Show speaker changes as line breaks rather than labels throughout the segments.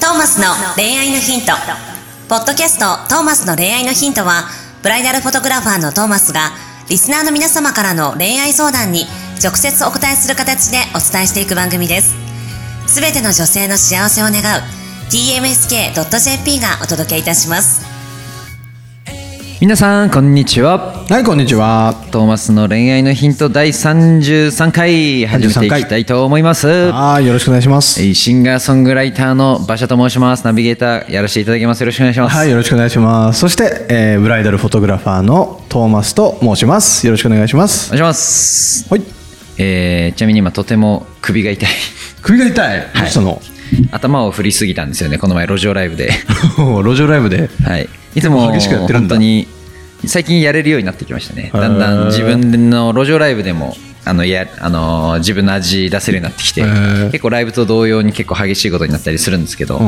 トーマスの恋愛のヒント。ポッドキャストトーマスの恋愛のヒントは、ブライダルフォトグラファーのトーマスが、リスナーの皆様からの恋愛相談に直接お答えする形でお伝えしていく番組です。すべての女性の幸せを願う、tmsk.jp がお届けいたします。
皆さんこんにちは
はい、こんにちは。
トーマスの恋愛のヒント第33回始めていきたいと思います
はい、よろしくお願いします。
えーシンガーソングライターの馬車と申しますナビゲーターやらせていただきますよろしくお願いします
はい、よろしくお願いします。そして、えーブライダルフォトグラファーのトーマスと申します。よろしくお願いしま
お
す。
願いします
はい。
えーちなみに今とても首が痛い
首が痛い。どうしたの
頭を振りすぎたんですよねこの前路上ライブで
路上ライブで。
はいいつも
激しくやってる
本
んだ
当に最近やれるようになってきましたね
ー
だんだん自分の路上ライブでもあのやあのー自分の味出せるようになってきて
へー
結構ライブと同様に結構激しいことになったりするんですけど、
うん。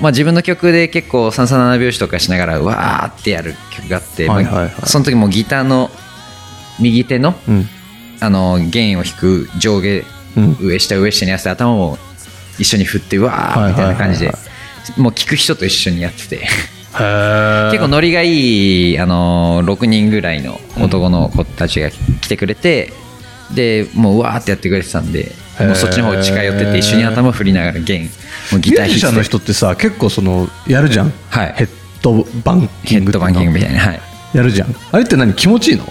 まあ、自分の曲で結構三三七拍子とかしながらうわーってやる曲があって、
はいはいはい
まあその時もギターの右手の
うん。
あの弦を弾く上下、
うん
上下上下に合わせて頭を一緒に振ってうわーみたいな感じで、
はいはい
もう聴く人と一緒にやってて
へー
結構ノリがいいあの6人ぐらいの男の子たちが来てくれて、でもううわーってやってくれてたんで
へー
もうそっちの方近寄ってって一緒に頭振りながら弦もうギ
ミ
タ
ュ
ー弾
ー
い
ジ
て
シャンの人ってさ、結構その、やるじゃん。
はい
ヘッドバンキ
ヘ
ン
ッ
グっ
ド
ていうの。
バンキングみたいなはい
やるじゃん。あれって何気持ちいいの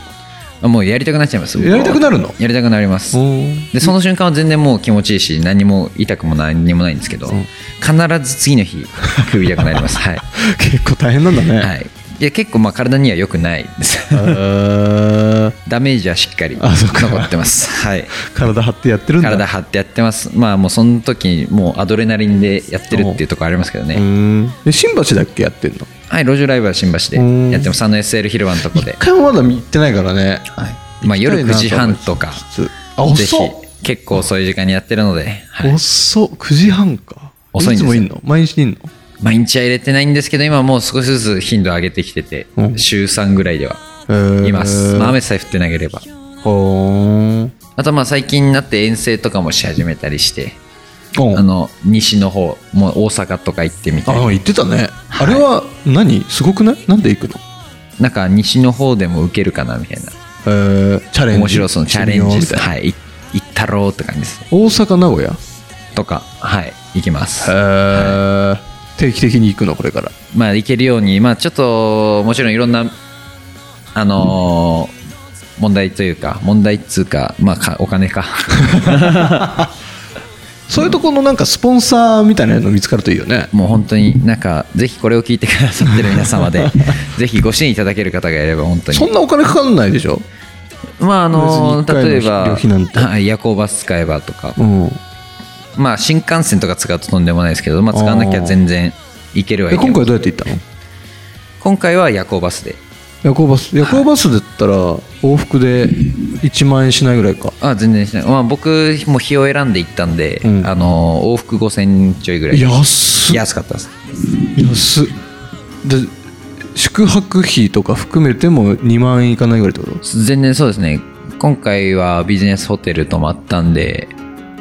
もうやりたくなっちゃいます
やりたくなるの
やりたくなります
うん
でその瞬間は全然もう気持ちいいし何も痛くも何にもないんですけど、必ず次の日首痛くなりますはい、
結構大変なんだね。
はい、で結構まあ体には良くないです
へー
ダメージはしっかり
あそっか
残ってますはい
体張ってやってるんだ。
体張ってやってますまあもうその時もうアドレナリンでやってるっていうところありますけどね、
うん。え新橋だっけやってんの
はい路上ライブは新橋で
うん
やってますあの SL 広場のとこで
一、回もまだ行ってないからね。
まあ、夜9時半とか
あ、遅
ぜひ
っ
結構遅い時間にやってるので、はい、
遅っ !9 時半か。
遅いんです
つ
よ
もいんの毎日いんの
毎日は入れてないんですけど今もう少しずつ頻度上げてきてて、
うん
週3ぐらいでは
えー
います、まあ、雨さえ降ってなければ
ほーん。
あとまあ最近になって遠征とかもし始めたりして、
うん
あの西の方もう大阪とか行ってみた
あ、
り
言ってたね。あれは何すごくないなんで行くの
なんか西の方でも受けるかなみたいな
えーチャレンジ。
面白そうなチャレンジ
み
です
たいな
はいい行ったろうって感じです
大阪、名古屋
とかはい行きます
えー定期的に行くのこれから。
まあ行けるようにまあちょっともちろんいろんなあのー問題というか問題っつうかまあかお金 か
そういうとこのなんかスポンサーみたいなの見つかるといいよね。
もう本当になんかぜひこれを聞いてくださってる皆様 でぜひご支援いただける方がいれば本当に
そんなお金かかんないでしょ
まああの
別に一回の
例えば
旅費なんて
はい夜行バス使えばとか、
うん。
まあ新幹線とか使うととんでもないですけど、まあ、使わなきゃ全然行けるは
え
いけ
今
る
回どうやって行ったの
今回は夜行バスで
夜行バス夜行バスで言ったら往復で1万円しないぐらいか
あ全然しない、まあ、僕も日を選んで行ったんで、
うん
あの往復5000ちょいぐらい
安っ
安かったです
安っで宿泊費とか含めても2万円いかないぐらいってこと
全然そうですね今回はビジネスホテル泊まったんで、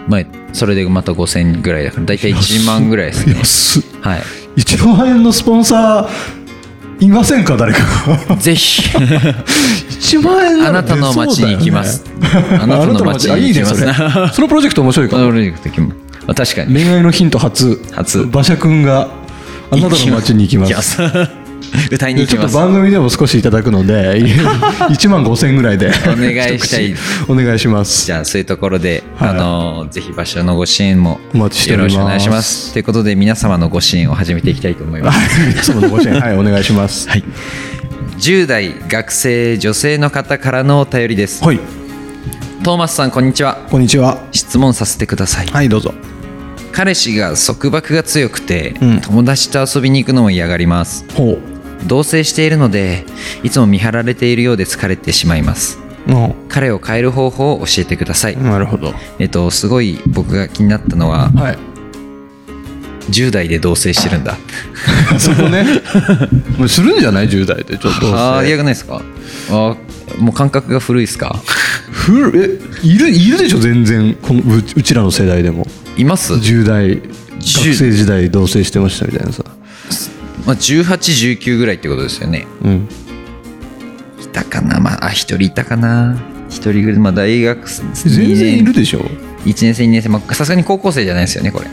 まあ、それでまた5000ぐらいだから大体1万ぐらいですね
安っ
はい
1万円のスポンサーいませんか誰か
ぜひ
1万円
あなたの街に行きます、あなたの街に行きます
あなたの街あいいね それそのプロジェクト面白いか
あ
も
俺行く時もあ確かに
恋愛のヒント初
初
馬車くんがあなたの街に行きます
す 歌いに行
ち
き
ょっ
ま
と
す
番組でも少しいただくので 1万5000円ぐらいで
お願いしたい
一口お願いします
じゃあそういうところで、
はい
あのぜひ場所のご支援も
お待ちして
よ
おり
ろしく
ます
お願いしますということで皆様のご支援を始めていきたいと思います
皆様のご支援 はいお願いしますはい、
10代学生女性の方からのお便りですトーマスさんこんにちは
こんにちは
質問させてください
はいどうぞ
彼氏が束縛が強くて、
うん
友達と遊びに行くのも嫌がります
ほう
同棲しているのでいつも見張られているようで疲れてしまいます彼を変える方法を教えてください、
なるほど
えっとすごい僕が気になったのは
はい
10代で同棲してるんだ
そこねもうするんじゃない10代でちょっと
ああ嫌がないですかあーもう感覚が古いですか
ふるえいるいるでしょ全然このううちらの世代でも
います
10代学生時代同棲してましたみたいなさ
まあ、1819ぐらいってことですよね
うん
いたかなまああ一人いたかな一人ぐらいまあ大学生
全然いるでしょ
1年生2年生まあさすがに高校生じゃないですよねこれ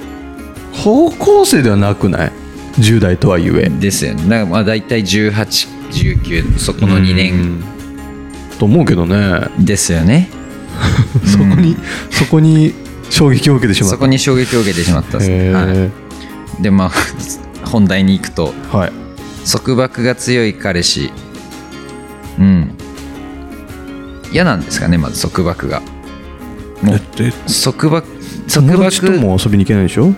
高校生ではなくない10代とはいえ
ですよねだからまあ大体1819そこの2年
と思うけどね
ですよね
そこに、 そこに衝撃を受けてしまった
そこに衝撃を受けてしまったんです
へー
はいでまあ本題に行くと
はい
束縛が強い彼氏うん嫌なんですかねまず束縛がもう
え
束縛束
友達と
縛
も遊びに行けないでしょ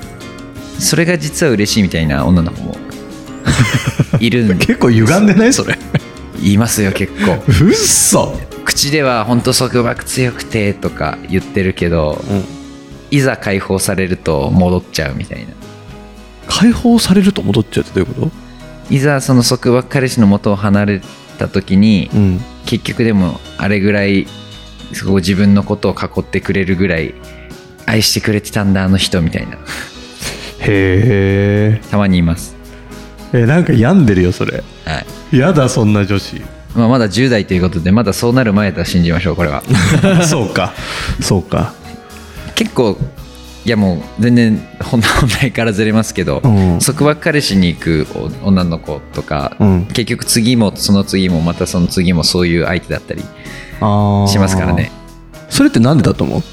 それが実は嬉しいみたいな女の子 もいるん
結構歪んでないそれ
いますよ結構
うっそ、
口では本当束縛強くてとか言ってるけどいざ解放されると戻っちゃうみたいな
解放されると戻っちゃうってどういうこと
いざその束縛彼氏の元を離れた時に
うん
結局でもあれぐらいすごい自分のことを囲ってくれるぐらい愛してくれてたんだあの人みたいな
へ
たまにいます、
えなんか病んでるよそれ
はい
やだそんな女子
まあ、まだ10代ということでまだそうなる前だと信じましょうこれ は
そうかそうか
結構いやもう全然本本題からずれますけど、
うん
束縛彼氏に行くお女の子とか、
うん
結局次もその次もまたその次もそういう相手だったり
あー
しますからね
それってなんでだと思う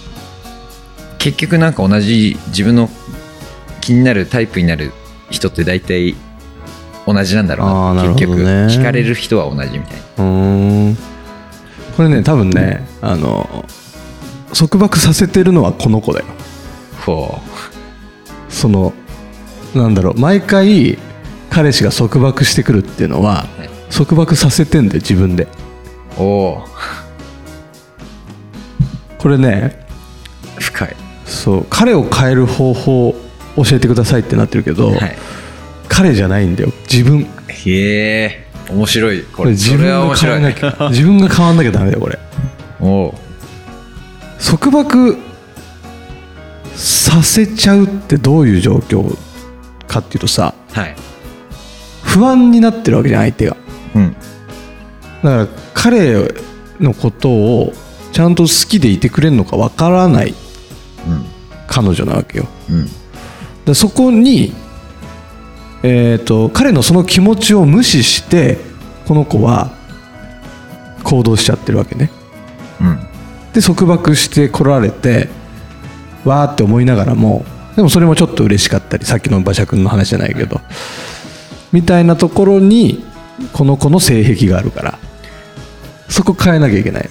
結局なんか同じ自分の気になるタイプになる人って大体同じなんだろうな
あーなるほ
結
ど
局
ね
惹かれる人は同じみたいな
うーんこれね多分ねあの束縛させてるのはこの子だよ
ほ
そのなんだろう毎回彼氏が束縛してくるっていうのは、
はい
束縛させてんで自分で
うおお
これね
深い
そう彼を変える方法を教えてくださいってなってるけど、
はい
彼じゃないんだよ自分
へえ面白いこ
こ
れ
自
そ
分
れは
が
面
変わ
白
んないきゃ自分が変わんなきゃダメだよこれ
おお
束縛させちゃうってどういう状況かっていうとさ
はい
不安になってるわけじゃん相手が
うん
だから彼のことをちゃんと好きでいてくれるのかわからない彼女なわけよ
うんうん
でそこに、えー、と彼のその気持ちを無視してこの子は行動しちゃってるわけね
うん
で束縛して来られてわーって思いながらもでもそれもちょっと嬉しかったりさっきの馬車君の話じゃないけどみたいなところにこの子の性癖があるからそこ変えなきゃいけない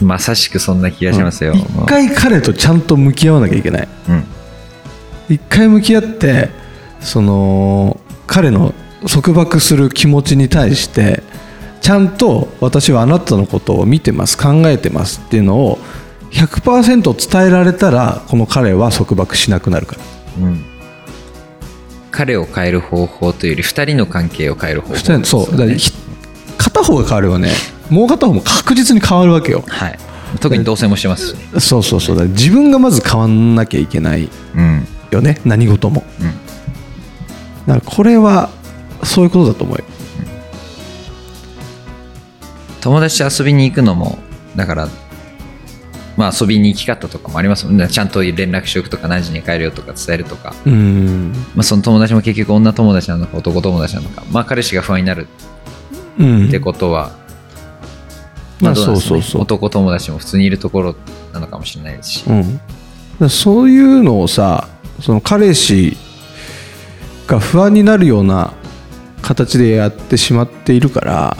まさしくそんな気がしますよ、もう
一回彼とちゃんと向き合わなきゃいけない
うん
一回向き合ってその彼の束縛する気持ちに対してちゃんと私はあなたのことを見てます考えてますっていうのを100%伝えられたらこの彼は束縛しなくなるから
うん彼を変える方法というより2人の関係を変える方法
二人そうだからひ片方が変わればねもう片方も確実に変わるわけよ
はい特に同棲もしてますしね
そうそうそうだから自分がまず変わんなきゃいけない
うん
よね何事も、だからこれはそういうことだと思うよ
友達と遊びに行くのもだからまあ遊びに行き方とかもありますもんねちゃんと連絡しておくとか何時に帰るよとか伝えるとか、
うん
まあ、その友達も結局女友達なのか男友達なのかまあ彼氏が不安になる
うん
ってことは、ま
まあ
あどうなんですかね
そうそうそう
男友達も普通にいるところなのかもしれないですし、
うん、だからそういうのをさその彼氏が不安になるような形でやってしまっているから、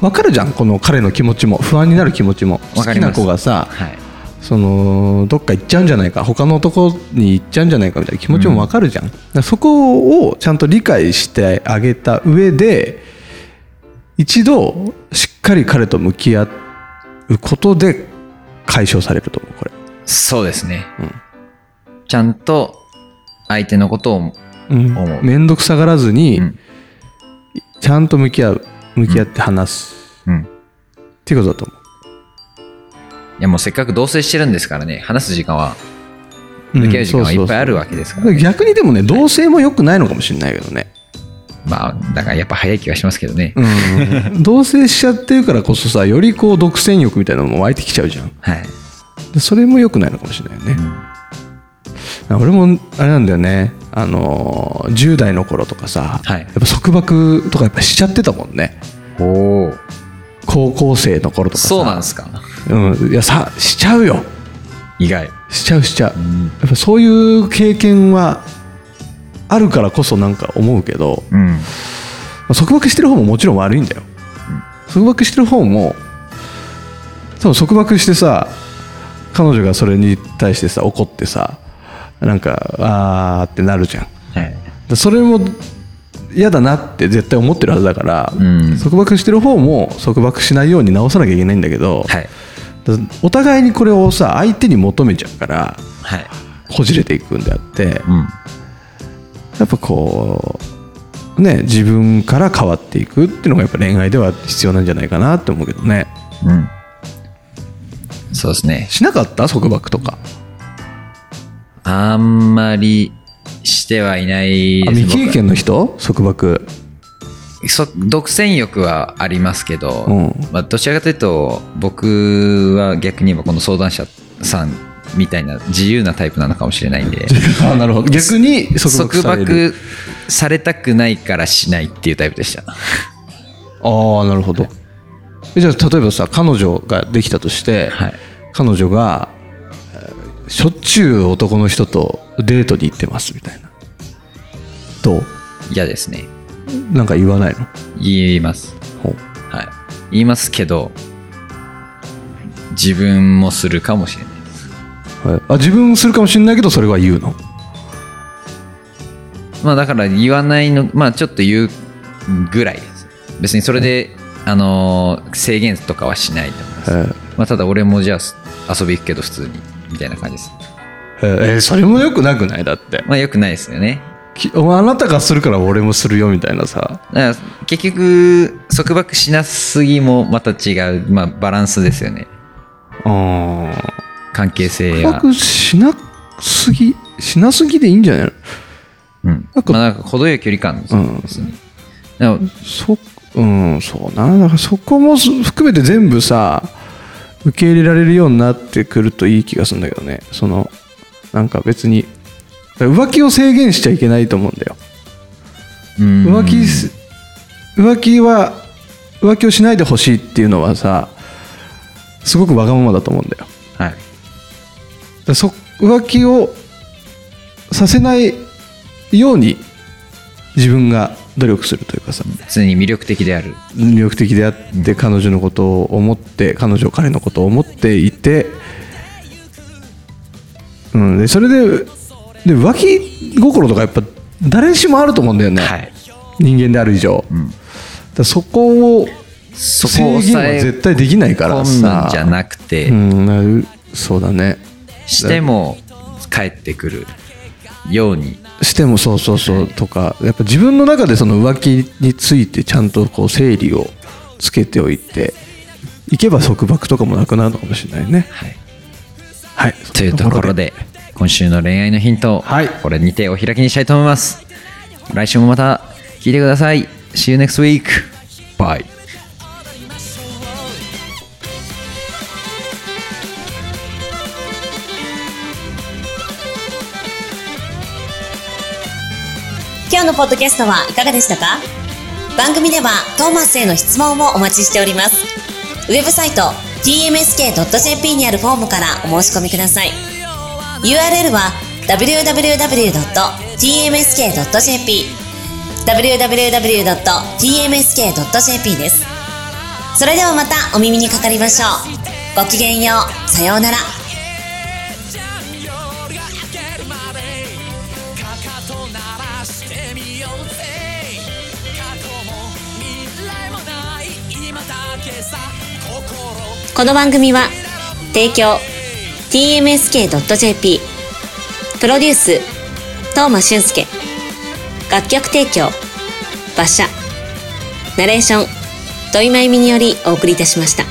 わかるじゃんこの彼の気持ちも不安になる気持ちも好
わか
き
り
な
ます
子がさ
はい
そのどっか行っちゃうんじゃないか他の男に行っちゃうんじゃないかみたいな気持ちもわかるじゃん、だからそこをちゃんと理解してあげた上で一度しっかり彼と向き合うことで解消されると思うこれ
そうですね、
うん
ちゃんと相手のことを思う
面倒くさがらずに、
うん
ちゃんと向き合う向き合って話す、
うん
っていうことだと思
いやもうせっかく同棲してるんですからね話す時間は
う
付き合う時間はいっぱいあるわけですから、ね
逆にでもね同性も良くないのかもしれないけどね、
まあだからやっぱ早い気がしますけどね、
うん、同棲しちゃってるからこそさよりこう独占欲みたいなのも湧いてきちゃうじゃん
はい
でそれも良くないのかもしれないよね、俺もあれなんだよねあのー10代の頃とかさ、
はい
やっぱ束縛とかやっぱしちゃってたもんね
おお
高校生の頃とかさ
そうなんですか
うん、いやさしちゃうよ
意外
しちゃうしちゃう、
ん
やっぱそういう経験はあるからこそなんか思うけど、
うん
まあ束縛してる方ももちろん悪いんだよ、束縛してる方も多分束縛してさ彼女がそれに対してさ怒ってさなんかあーってなるじゃん
はい
でそれも嫌だなって絶対思ってるはずだから、
うん
束縛してる方も束縛しないように直さなきゃいけないんだけど、
はい
だお互いにこれをさ相手に求めちゃうから
はい
こじれていくんであって
うん
やっぱこうね自分から変わっていくっていうのがやっぱ恋愛では必要なんじゃないかなって思うけどね
うんそうですね
しなかった束縛とか
あんまりしてはいない
あ
です
未経験の人束縛
僕そ独占欲はありますけど、
うん
まあ、どちらかというと僕は逆に言えばこの相談者さんみたいな自由なタイプなのかもしれないん で
あなるほど逆に束縛
束
される
縛されたくないからしないっていうタイプでした
ああなるほどえじゃあ例えばさ彼女ができたとして、
はい
彼女がえーしょっちゅう男の人とデートに行ってますみたいなどう
嫌ですね
なんか言わないの
言います
ほう
はい言いますけど自分もするかもしれないです
はいあ自分するかもしれないけどそれは言うの
まあだから言わないのまあちょっと言うぐらいです別にそれで、あのー制限とかはしないと思います、
え
まあ、ただ俺もじゃあ遊び行くけど普通にみたいな感じです
えーそれもよくなくないだって
まあよくないですよね
きお前あなたがするから俺もするよみたいなさ
だから結局束縛しなすぎもまた違う、まあ、バランスですよね
うん
関係性
束
や、
縛しなすぎしなすぎでいいんじゃないの
うん
なんか
まあ、なんか程よい距離感ですね、でも
そうんそうなだからそこもす含めて全部さ受け入れられるようになってくるといい気がするんだけどねそのなんか別に浮気を制限しちゃいけないと思うんだよ
うん
浮気す浮気は浮気をしないでほしいっていうのはさすごくわがままだと思うんだよだか
はい
らそ浮気をさせないように自分が努力するというかさ
普通に魅力的である
魅力的であって彼女のことを思って彼女彼のことを思っていて、うん、でそれでで浮気心とかやっぱ誰しもあると思うんだよね、
はい
人間である以上、だからそこを
そ
制
こを
限
抑
は
え
絶対できないから
込む
さ
んじゃなくて、
うんなるそうだね
しても帰ってくるように
してもそうそうそうとかやっぱ自分の中でその浮気についてちゃんとこう整理をつけておいていけば束縛とかもなくなるのかもしれないね
はい
はい
というところで今週の恋愛のヒントを
はい
これにてお開きにしたいと思います来週もまた聞いてください See you next week Bye
今日のポッドキャストはいかがでしたか番組ではトーマスへの質問もお待ちしております。ウェブサイト tmsk.jp にあるフォームからお申し込みください。URL は www.tmsk.jp www.tmsk.jp です。それではまたお耳にかかりましょう。ごきげんよう。さようなら。
じゃん夜が明けるまでかかと鳴らしてみようぜ過去も未来もない今だけさ心
この番組は提供 tmsk.jp プロデュース東間俊介楽曲提供馬車ナレーション土井真由美によりお送りいたしました。